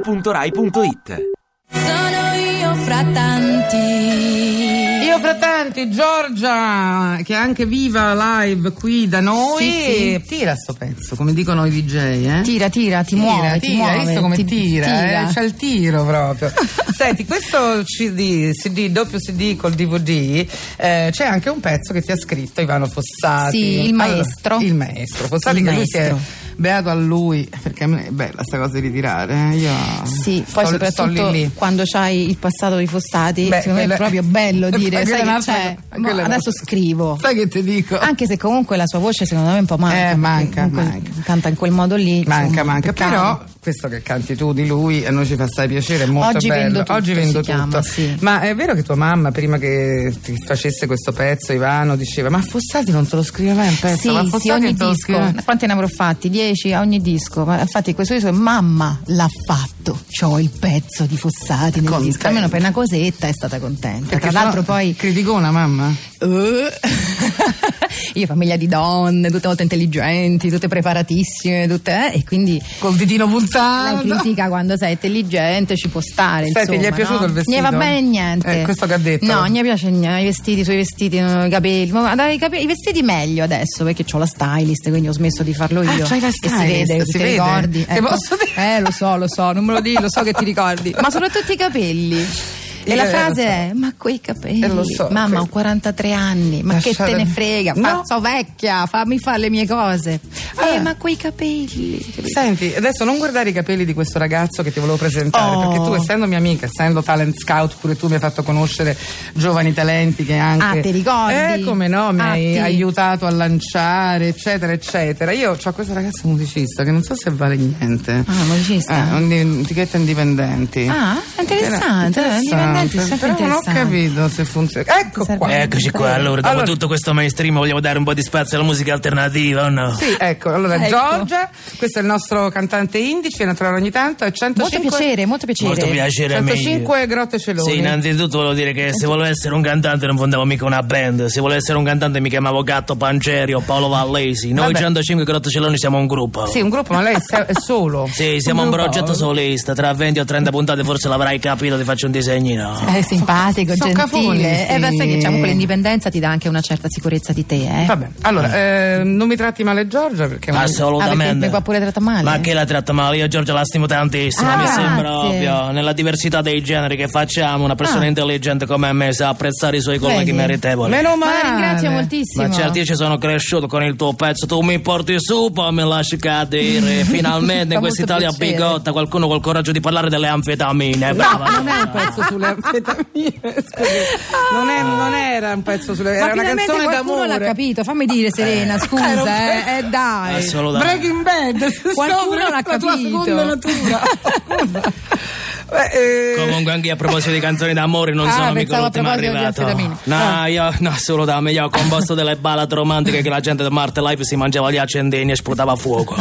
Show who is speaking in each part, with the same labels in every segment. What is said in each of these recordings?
Speaker 1: radio2pod.rai.it
Speaker 2: Sono io fra tanti.
Speaker 3: Io fra tanti, Giorgia, che è anche viva live qui da noi,
Speaker 4: Sì, sì.
Speaker 3: tira sto pezzo, come dicono i DJ, eh?
Speaker 4: Tira, tira, ti muove, ti
Speaker 3: tira,
Speaker 4: muove,
Speaker 3: hai visto come
Speaker 4: ti-
Speaker 3: tira,
Speaker 4: tira.
Speaker 3: eh? c'ha il tiro proprio. Senti, questo CD, CD, doppio CD col DVD, eh, c'è anche un pezzo che ti ha scritto Ivano Fossati.
Speaker 4: Sì, il maestro.
Speaker 3: il maestro, Fossati
Speaker 4: Il
Speaker 3: che lui si è
Speaker 4: maestro.
Speaker 3: beato a lui, perché a me è bella sta cosa di ritirare, eh, io
Speaker 4: Sì, poi
Speaker 3: sto- sto
Speaker 4: soprattutto
Speaker 3: lì lì.
Speaker 4: quando c'hai il passato di Fossati,
Speaker 3: Beh,
Speaker 4: secondo me
Speaker 3: quella-
Speaker 4: è proprio bello
Speaker 3: Eh,
Speaker 4: dire,
Speaker 3: quella
Speaker 4: sai
Speaker 3: è
Speaker 4: che
Speaker 3: un'altra-
Speaker 4: c'è,
Speaker 3: quella
Speaker 4: Ma
Speaker 3: è un'altra-
Speaker 4: adesso scrivo.
Speaker 3: Sai che ti dico?
Speaker 4: Anche se comunque la sua voce secondo me un po' manca.
Speaker 3: Eh, manca,
Speaker 4: perché comunque
Speaker 3: manca.
Speaker 4: Canta in quel modo lì.
Speaker 3: Manca,
Speaker 4: insomma,
Speaker 3: manca,
Speaker 4: peccato.
Speaker 3: però questo che canti tu di lui a noi ci fa assai piacere, è molto
Speaker 4: Oggi
Speaker 3: bello.
Speaker 4: vendo tutto,
Speaker 3: Oggi vendo
Speaker 4: si
Speaker 3: tutto.
Speaker 4: chiama, sì.
Speaker 3: Ma è vero che tua mamma prima che ti facesse questo pezzo, Ivano, diceva "Ma Fossati non te lo scrive mai un pezzo,
Speaker 4: Sì,
Speaker 3: ma
Speaker 4: sì,
Speaker 3: Fossati
Speaker 4: ogni
Speaker 3: non te lo
Speaker 4: disco.
Speaker 3: scrive".
Speaker 4: Ma Quanti ne avrò fatti? Dieci a ogni disco. Ma infatti questo disco è mamma l'ha fatto. C'ho il pezzo di Fossati nel disco.
Speaker 3: Contenta.
Speaker 4: Almeno per una cosetta è stata contenta.
Speaker 3: Perché
Speaker 4: Tra l'altro
Speaker 3: sennò-
Speaker 4: poi
Speaker 3: criticona mamma?
Speaker 4: Eh. Io famiglia di donne, tutte molto intelligenti, tutte preparatissime, tutte, eh, e quindi
Speaker 3: Col ditino
Speaker 4: la
Speaker 3: puntato.
Speaker 4: critica quando sei intelligente ci può stare.
Speaker 3: Ah, Senti,
Speaker 4: insomma,
Speaker 3: gli è piaciuto
Speaker 4: no?
Speaker 3: il vestito?
Speaker 4: Gli va bene niente.
Speaker 3: Eh, questo che ha detto.
Speaker 4: No, gli piace niente. I vestiti, i suoi vestiti, eh, i capelli. Ma dai, i, capelli- i vestiti meglio adesso perché ho la stylist, quindi ho smesso di farlo io.
Speaker 3: Ah, c'hai la
Speaker 4: E si
Speaker 3: stylist,
Speaker 4: vede,
Speaker 3: si
Speaker 4: ti
Speaker 3: vede.
Speaker 4: ricordi.
Speaker 3: Ti posso dire?
Speaker 4: Eh, lo so, lo so, non me lo dici, lo so che ti ricordi. Ma soprattutto i capelli. E
Speaker 3: Io
Speaker 4: la
Speaker 3: Eh, lo
Speaker 4: frase
Speaker 3: so.
Speaker 4: è: Ma quei capelli,
Speaker 3: Eh, lo so,
Speaker 4: mamma,
Speaker 3: quel-
Speaker 4: ho 43 anni, ma che
Speaker 3: Lasciate-
Speaker 4: te ne frega?
Speaker 3: No.
Speaker 4: Fa- sono vecchia, fammi fare le mie cose.
Speaker 3: Ah.
Speaker 4: Eh, ma quei capelli. capito?
Speaker 3: Senti, adesso non guardare i capelli di questo ragazzo che ti volevo presentare,
Speaker 4: Oh.
Speaker 3: perché tu essendo mia amica, essendo talent scout, pure tu mi hai fatto conoscere giovani talenti che anche...
Speaker 4: Ah, ti ricordi?
Speaker 3: Eh, come no, mi
Speaker 4: Ah,
Speaker 3: hai
Speaker 4: ti-
Speaker 3: aiutato a lanciare, eccetera, eccetera. Io ho questo ragazzo musicista che non so se vale niente.
Speaker 4: Ah, musicista.
Speaker 3: Eh, un- etichetta indipendenti.
Speaker 4: Ah, è interessante,
Speaker 3: Era-
Speaker 4: eh, indipendenti, è sempre
Speaker 3: però non ho
Speaker 4: interessante.
Speaker 3: capito se funziona. Ecco
Speaker 4: Serve-
Speaker 3: qua.
Speaker 5: Eccoci qua, allora, dopo
Speaker 3: Allora-
Speaker 5: tutto questo mainstream vogliamo dare un po' di spazio alla musica alternativa o no?
Speaker 3: Sì, ecco, allora
Speaker 4: Ecco.
Speaker 3: Giorgia, questo è il nostro cantante indice, viene a trovare ogni tanto, è 105...
Speaker 4: Molto piacere, molto piacere.
Speaker 5: Molto piacere a me.
Speaker 3: 105 Grotte eh. Celoni.
Speaker 5: Sì, innanzitutto volevo dire che se volevo essere un cantante non fondavo mica una band, se volevo essere un cantante mi chiamavo Gatto Pangerio, Paolo Vallesi, noi
Speaker 3: Vabbè.
Speaker 5: 105 Grottoceloni siamo un gruppo.
Speaker 3: Sì, un gruppo, ma lei se- è solo.
Speaker 5: Sì, siamo un
Speaker 3: gruppo.
Speaker 5: progetto solista, tra 20 o 30 puntate forse l'avrai capito, ti faccio un disegnino.
Speaker 4: È Eh, simpatico,
Speaker 3: sono cafoni,
Speaker 4: gentile.
Speaker 3: sì.
Speaker 4: Eh, beh, sai che diciamo, con l'indipendenza ti dà anche una certa sicurezza di te, eh.
Speaker 3: Vabbè, allora, eh, non mi tratti male Giorgia perché...
Speaker 4: Ah, perché
Speaker 5: Assolutamente.
Speaker 4: mi qua pure tratta male?
Speaker 5: Ma che la tratta male? Io Giorgia la stimo tantissimo,
Speaker 4: Ah,
Speaker 5: mi sembra
Speaker 4: grazie.
Speaker 5: ovvio. Nella diversità dei generi che facciamo, una persona
Speaker 4: Ah.
Speaker 5: intelligente come me sa apprezzare i suoi colleghi
Speaker 4: Vedi.
Speaker 5: meritevoli.
Speaker 3: Meno
Speaker 4: Ma
Speaker 3: male.
Speaker 4: la ringrazio moltissimo.
Speaker 5: Ma certo, io ci sono cresciuto con il tuo pezzo, tu mi porti su, poi mi lasci cadere. Finalmente
Speaker 4: Fa
Speaker 5: in quest'Italia
Speaker 4: molto piacere.
Speaker 5: bigotta qualcuno col coraggio di parlare delle anfetamine. Brava.
Speaker 3: Non è un pezzo sulle anfetamine, scusi. Non, è- non era un pezzo sulle
Speaker 4: Ma
Speaker 3: era una
Speaker 4: finalmente
Speaker 3: canzone
Speaker 4: qualcuno l'ha
Speaker 3: d'amore.
Speaker 4: capito, fammi
Speaker 5: Eh,
Speaker 4: dire Serena,
Speaker 3: era un
Speaker 4: scusa, eh, eh, dai.
Speaker 5: Assolutamente.
Speaker 3: Breaking Bad, si
Speaker 4: Qualcuno
Speaker 3: scopre
Speaker 4: l'ha
Speaker 3: la tua
Speaker 4: capito.
Speaker 3: seconda natura. Beh, eh,
Speaker 5: Comunque anche io a proposito di canzoni d'amore non
Speaker 4: Ah,
Speaker 5: sono mica
Speaker 4: pensavo a
Speaker 5: l'ultimo
Speaker 4: proposito di Ah.
Speaker 5: arrivato.
Speaker 4: anfetamine.
Speaker 5: No, io no, assolutamente, io ho composto delle ballad romantiche che la gente del Marte Life si mangiava gli accendini e sputava fuoco.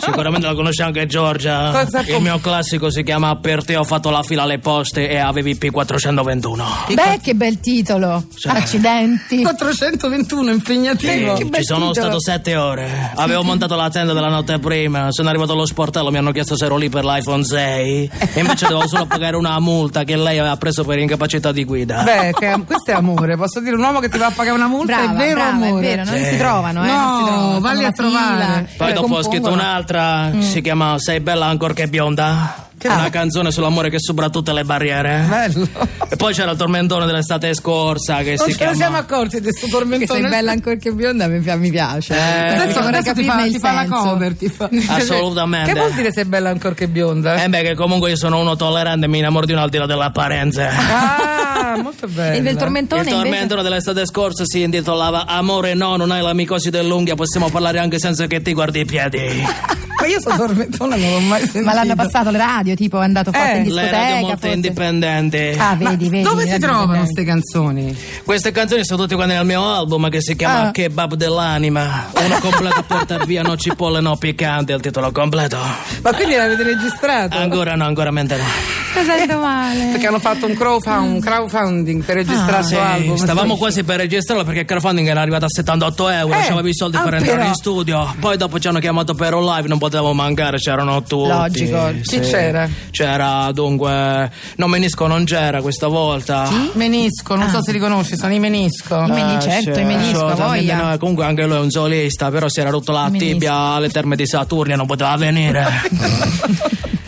Speaker 5: Sicuramente la conosce anche Giorgia.
Speaker 3: Cosa
Speaker 5: Il
Speaker 3: com-
Speaker 5: mio classico si chiama Per te ho fatto la fila alle poste e avevi P421.
Speaker 4: Beh, che bel titolo.
Speaker 5: Cioè-
Speaker 4: Accidenti.
Speaker 3: 421 impegnativo.
Speaker 5: Ci sono stato sette ore. Avevo montato la tenda della notte prima. Sono arrivato allo sportello, mi hanno chiesto se ero lì per l'iPhone 6. E invece dovevo solo pagare una multa che lei aveva preso per incapacità di guida.
Speaker 3: Beh, che- questo è amore, posso dire, un uomo che ti va a pagare una multa
Speaker 4: Brava,
Speaker 3: è vero
Speaker 4: brava,
Speaker 3: amore. Cioè,
Speaker 4: è vero, non
Speaker 5: Sì.
Speaker 4: si trovano, eh, non si
Speaker 3: No,
Speaker 4: trovano,
Speaker 3: valli
Speaker 4: fanno
Speaker 3: a
Speaker 4: la
Speaker 3: trovare.
Speaker 4: fila,
Speaker 5: Poi
Speaker 4: eh,
Speaker 5: dopo ho scritto
Speaker 4: compongono. Mm.
Speaker 5: un'altra che si chiama Sei bella ancora che bionda. Una canzone sull'amore che supera tutte le barriere.
Speaker 3: Bello.
Speaker 5: E poi c'era il tormentone dell'estate scorsa che
Speaker 3: Non
Speaker 4: Oh,
Speaker 5: si
Speaker 3: ce ne
Speaker 5: chiama.
Speaker 3: siamo accorti di sto
Speaker 4: Che
Speaker 3: tormentone.
Speaker 4: sei bella ancora che bionda mi, pi- mi piace.
Speaker 3: adesso
Speaker 4: vorrei
Speaker 3: adesso ti,
Speaker 4: capirne
Speaker 3: fa,
Speaker 4: il
Speaker 3: ti fa la
Speaker 4: senso.
Speaker 3: cover, ti fa.
Speaker 5: Assolutamente.
Speaker 3: Che vuol dire sei bella ancora che bionda?
Speaker 5: Eh beh, che comunque io sono uno tollerante e mi innamoro di uno al di là delle apparenze.
Speaker 3: Ah, molto bello.
Speaker 4: E del tormentone
Speaker 5: Il tormento
Speaker 4: invece...
Speaker 5: dell'estate scorsa si intitolava Amore no, non hai la micosi dell'unghia, possiamo parlare anche senza che ti guardi i piedi.
Speaker 3: Ma io sto tormentone non l'ho mai sentito.
Speaker 4: Ma l'hanno passato le radio, tipo è andato forte
Speaker 3: Eh,
Speaker 4: in
Speaker 5: Le
Speaker 4: discoteca.
Speaker 5: radio molto
Speaker 4: forse.
Speaker 5: indipendenti.
Speaker 4: Ah,
Speaker 3: Ma
Speaker 4: vedi, vedi.
Speaker 3: dove
Speaker 4: le
Speaker 3: si
Speaker 4: radio
Speaker 3: trovano
Speaker 4: indipendenti.
Speaker 3: queste canzoni?
Speaker 5: Queste canzoni sono tutte quante nel mio album che si chiama
Speaker 4: Ah.
Speaker 5: Kebab dell'anima. Una completa porta via no cipolle no piccante, è il titolo completo. Eh.
Speaker 3: Ma quindi l'avete registrato?
Speaker 5: Ancora no, ancora mente no.
Speaker 1: Cosa è male?
Speaker 3: Perché hanno fatto un crowdfund- crowdfunding per registrare il
Speaker 5: Ah, Sì,
Speaker 3: suo album.
Speaker 5: stavamo quasi per registrarlo perché il crowdfunding era arrivato a 78 euro,
Speaker 3: Eh,
Speaker 5: ci avevi i soldi
Speaker 3: ah,
Speaker 5: per entrare
Speaker 3: però.
Speaker 5: in studio. Poi dopo ci hanno chiamato per un live, non potevamo mancare, c'erano tutti.
Speaker 4: Logico.
Speaker 3: Chi c'era?
Speaker 5: C'era dunque. No, Menisco non c'era questa volta.
Speaker 3: Menisco, non
Speaker 4: Ah.
Speaker 3: so se li conosci, sono i Menisco.
Speaker 4: I meni- certo,
Speaker 5: Ah,
Speaker 4: i menisco,
Speaker 5: assolutamente
Speaker 4: voglia.
Speaker 5: no, Cioè, comunque anche lui è un solista, però si era rotto la
Speaker 4: I menisco.
Speaker 5: tibia alle terme di Saturnia, non poteva venire.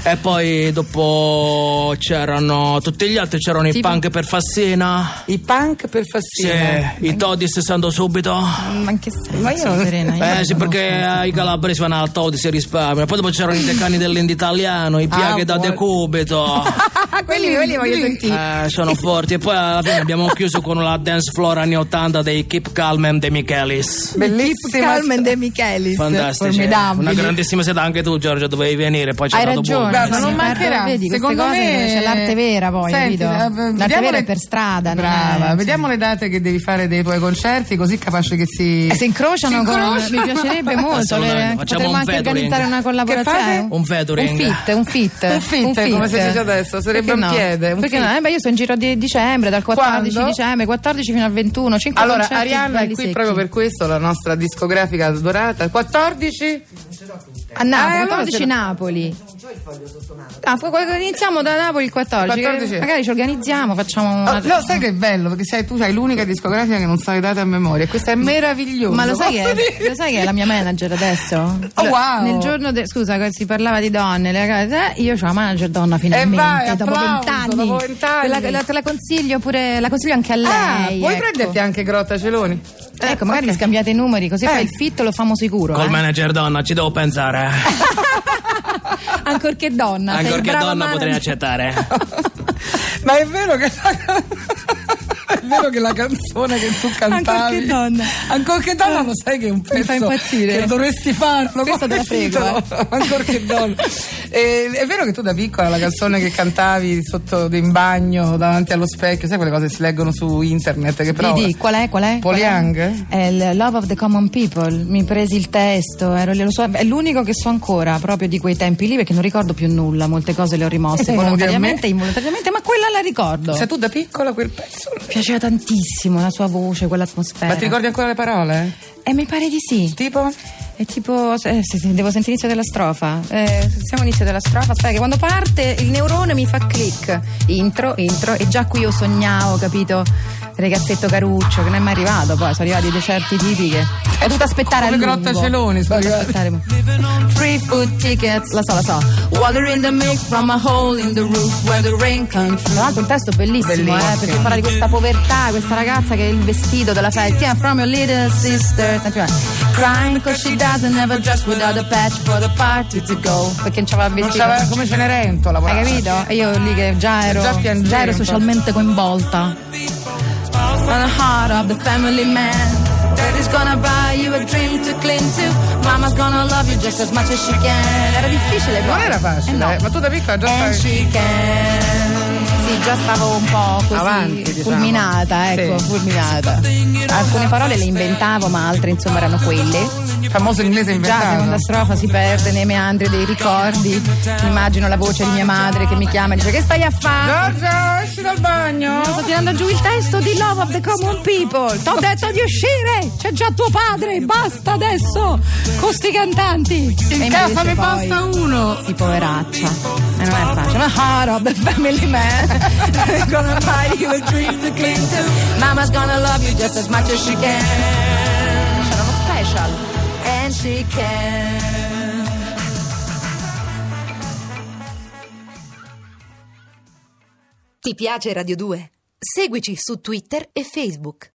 Speaker 5: e poi dopo c'erano tutti gli altri, c'erano i
Speaker 4: Tipo?
Speaker 5: punk per Fassina.
Speaker 3: I punk per
Speaker 5: Sì,
Speaker 3: Fassina.
Speaker 5: i Toddy si sanno subito.
Speaker 4: Ma in che senso,
Speaker 3: Ma io non-
Speaker 4: Serena? Io non
Speaker 5: Eh sì,
Speaker 4: conosco.
Speaker 5: perché i calabresi vanno al Toddy si risparmiano. Poi dopo c'erano i decani dell'inditaliano, i piaghe
Speaker 4: Ah,
Speaker 5: da
Speaker 3: buono.
Speaker 5: decubito.
Speaker 3: Ah, quelli, quelli voglio sentire.
Speaker 5: Eh, sono forti. E poi alla fine abbiamo chiuso con la dance floor anni 80 dei Keep Calm and dei Michelis.
Speaker 3: Bellissima.
Speaker 4: Carmen De Michelis,
Speaker 5: Fantastici.
Speaker 4: formidabili.
Speaker 5: Una grandissima sera anche tu, Giorgio, dovevi venire, poi ci
Speaker 4: Hai
Speaker 5: dato
Speaker 4: ragione.
Speaker 5: buca.
Speaker 3: Guarda,
Speaker 4: Sì,
Speaker 3: non
Speaker 4: guarda,
Speaker 3: mancherà.
Speaker 4: vedi, queste
Speaker 3: Secondo
Speaker 4: cose
Speaker 3: me
Speaker 4: c'è l'arte vera poi, capito?
Speaker 3: eh,
Speaker 4: L'arte
Speaker 3: vediamo
Speaker 4: vera è
Speaker 3: le-
Speaker 4: per strada, non
Speaker 3: Brava,
Speaker 4: è-
Speaker 3: vediamo le date che devi fare dei tuoi concerti, così capace che si.
Speaker 4: Eh, Si incrociano,
Speaker 3: Si
Speaker 4: con-
Speaker 3: incrociano.
Speaker 4: mi piacerebbe molto.
Speaker 5: Assolutamente,
Speaker 4: Le,
Speaker 5: facciamo
Speaker 4: potremmo
Speaker 5: un
Speaker 4: anche
Speaker 5: featuring.
Speaker 4: organizzare una
Speaker 3: fate?
Speaker 4: collaborazione.
Speaker 5: Un featuring.
Speaker 4: Un fit, un fit.
Speaker 3: Un fit, come si dice adesso, sarebbe
Speaker 4: Perché
Speaker 3: un
Speaker 4: no?
Speaker 3: piede, un
Speaker 4: Perché
Speaker 3: fit.
Speaker 4: no? Eh, beh, io sto in giro di dicembre, dal 14
Speaker 3: Quando?
Speaker 4: dicembre, 14 fino al 21. 5
Speaker 3: Allora, Arianna è qui proprio per questo, la nostra discografica adorata. 14?
Speaker 4: A Napoli,
Speaker 3: Eh, allora
Speaker 4: 14
Speaker 3: se-
Speaker 4: Napoli. Ah, fu- iniziamo da Napoli il 14.
Speaker 3: 14.
Speaker 4: Magari ci organizziamo, facciamo
Speaker 3: Oh,
Speaker 4: una.
Speaker 3: no, sai che è bello? Perché sai, tu hai l'unica discografica che non sai date a memoria. Questo è meraviglioso. Oh,
Speaker 4: Ma lo sai,
Speaker 3: posso
Speaker 4: che,
Speaker 3: dire?
Speaker 4: lo sai che è la mia manager adesso?
Speaker 3: Oh,
Speaker 4: Lo-
Speaker 3: wow.
Speaker 4: Nel giorno de- scusa, che si parlava di donne, le ragazze, eh, io ho la manager donna finalmente.
Speaker 3: vai,
Speaker 4: dopo
Speaker 3: applauso,
Speaker 4: vent'anni.
Speaker 3: dopo vent'anni.
Speaker 4: Te la- la- te la consiglio pure, la consiglio anche a lei.
Speaker 3: Ah, puoi
Speaker 4: ecco.
Speaker 3: prenderti Eh, anche Grotta Celoni?
Speaker 4: Ecco, magari scambiate i numeri, così
Speaker 3: Eh.
Speaker 4: poi il fit lo famo sicuro.
Speaker 5: Col
Speaker 4: eh.
Speaker 5: manager donna, ci devo pensare.
Speaker 4: Ancorché donna, sei
Speaker 5: Ancorché
Speaker 4: brava
Speaker 5: donna
Speaker 4: manager.
Speaker 5: potrei accettare.
Speaker 3: Ma è vero che la, è vero che la canzone che tu cantavi.
Speaker 4: Ancorché donna. Eh,
Speaker 3: Ancorché donna, lo sai che è un pezzo
Speaker 4: fa impazzire.
Speaker 3: che dovresti farlo.
Speaker 4: Questa
Speaker 3: come
Speaker 4: te la frego, eh.
Speaker 3: titolo. Ancorché donna. E- è vero che tu da piccola la canzone che cantavi sotto in bagno davanti allo specchio, sai quelle cose che si leggono su internet che però
Speaker 4: Dì, dì, qual è? Qual è? Qual
Speaker 3: Paul
Speaker 4: è?
Speaker 3: Young?
Speaker 4: È il Love of the Common People. Mi presi il testo, ero lì, lo so, è l'unico che so ancora proprio di quei tempi lì perché non ricordo più nulla, molte cose le ho rimosse
Speaker 3: Eh, non vuol dire a me.
Speaker 4: volontariamente, e involontariamente, ma quella la ricordo.
Speaker 3: Cioè tu da piccola quel pezzo.
Speaker 4: Mi piaceva tantissimo la sua voce, quell'atmosfera.
Speaker 3: Ma ti ricordi ancora le parole?
Speaker 4: E mi pare di sì.
Speaker 3: Tipo?
Speaker 4: È tipo. eh, se- se- devo sentire l'inizio della strofa. Eh, sentiamo l'inizio della strofa. Aspetta, che quando parte il neurone mi fa click. Intro, intro. E già qui io sognavo, capito? Ragazzetto caruccio, che non è mai arrivato poi. Sono arrivati dei certi tipi che. Ho dovuto aspettare
Speaker 3: Come
Speaker 4: a lungo.
Speaker 3: Grotta Celoni sono
Speaker 4: Ho dovuto
Speaker 3: arrivati.
Speaker 4: aspettare.
Speaker 2: Free food tickets.
Speaker 4: La so, la so.
Speaker 2: Water in the milk from a hole in the roof where the rain comes
Speaker 4: Tra l'altro un testo bellissimo,
Speaker 3: Bellissimo.
Speaker 4: Eh, perché parla di questa povertà, questa ragazza che è il vestito della festa. Yeah, from your little sister. Senti, guarda.
Speaker 2: Crying because she doesn't have a dress without a patch for the party to go.
Speaker 4: Perché non c'aveva il
Speaker 3: Non
Speaker 4: vestito.
Speaker 3: c'aveva come Cenerentola lavorava.
Speaker 4: Hai capito? E io lì che già ero,
Speaker 3: Già piangevo.
Speaker 4: già ero socialmente coinvolta.
Speaker 2: On the heart of the family man. Daddy's gonna buy you a dream to cling to. Mama's gonna love you just as much as she can.
Speaker 4: Era difficile però.
Speaker 3: Non era facile,
Speaker 4: Eh no.
Speaker 3: eh, ma tu da piccola già
Speaker 2: And
Speaker 3: stavi.
Speaker 2: she can.
Speaker 4: Sì, già stavo un po' così
Speaker 3: Avanti, diciamo.
Speaker 4: fulminata, ecco,
Speaker 3: Sì.
Speaker 4: fulminata. Alcune parole le inventavo, ma altre insomma erano quelle.
Speaker 3: Famoso inglese
Speaker 4: Già la
Speaker 3: inventato.
Speaker 4: seconda strofa si perde nei meandri dei ricordi. Immagino la voce di mia madre che mi chiama e dice che stai a fare?
Speaker 3: Giorgio, esci dal bagno.
Speaker 4: Sto tirando giù il testo di Love of the Common People. T'ho detto di uscire! C'è già tuo padre! Basta adesso! Con sti cantanti!
Speaker 3: In
Speaker 4: E
Speaker 3: casa
Speaker 4: invece poi-
Speaker 3: mi basta uno.
Speaker 4: di poveraccia e non è facile ma heart of the family man
Speaker 2: gonna buy you a dream to cling to. Mama's gonna love you just as much as she can.
Speaker 4: c'era uno special
Speaker 2: And she can.
Speaker 6: Ti piace Radio 2? Seguici su Twitter e Facebook.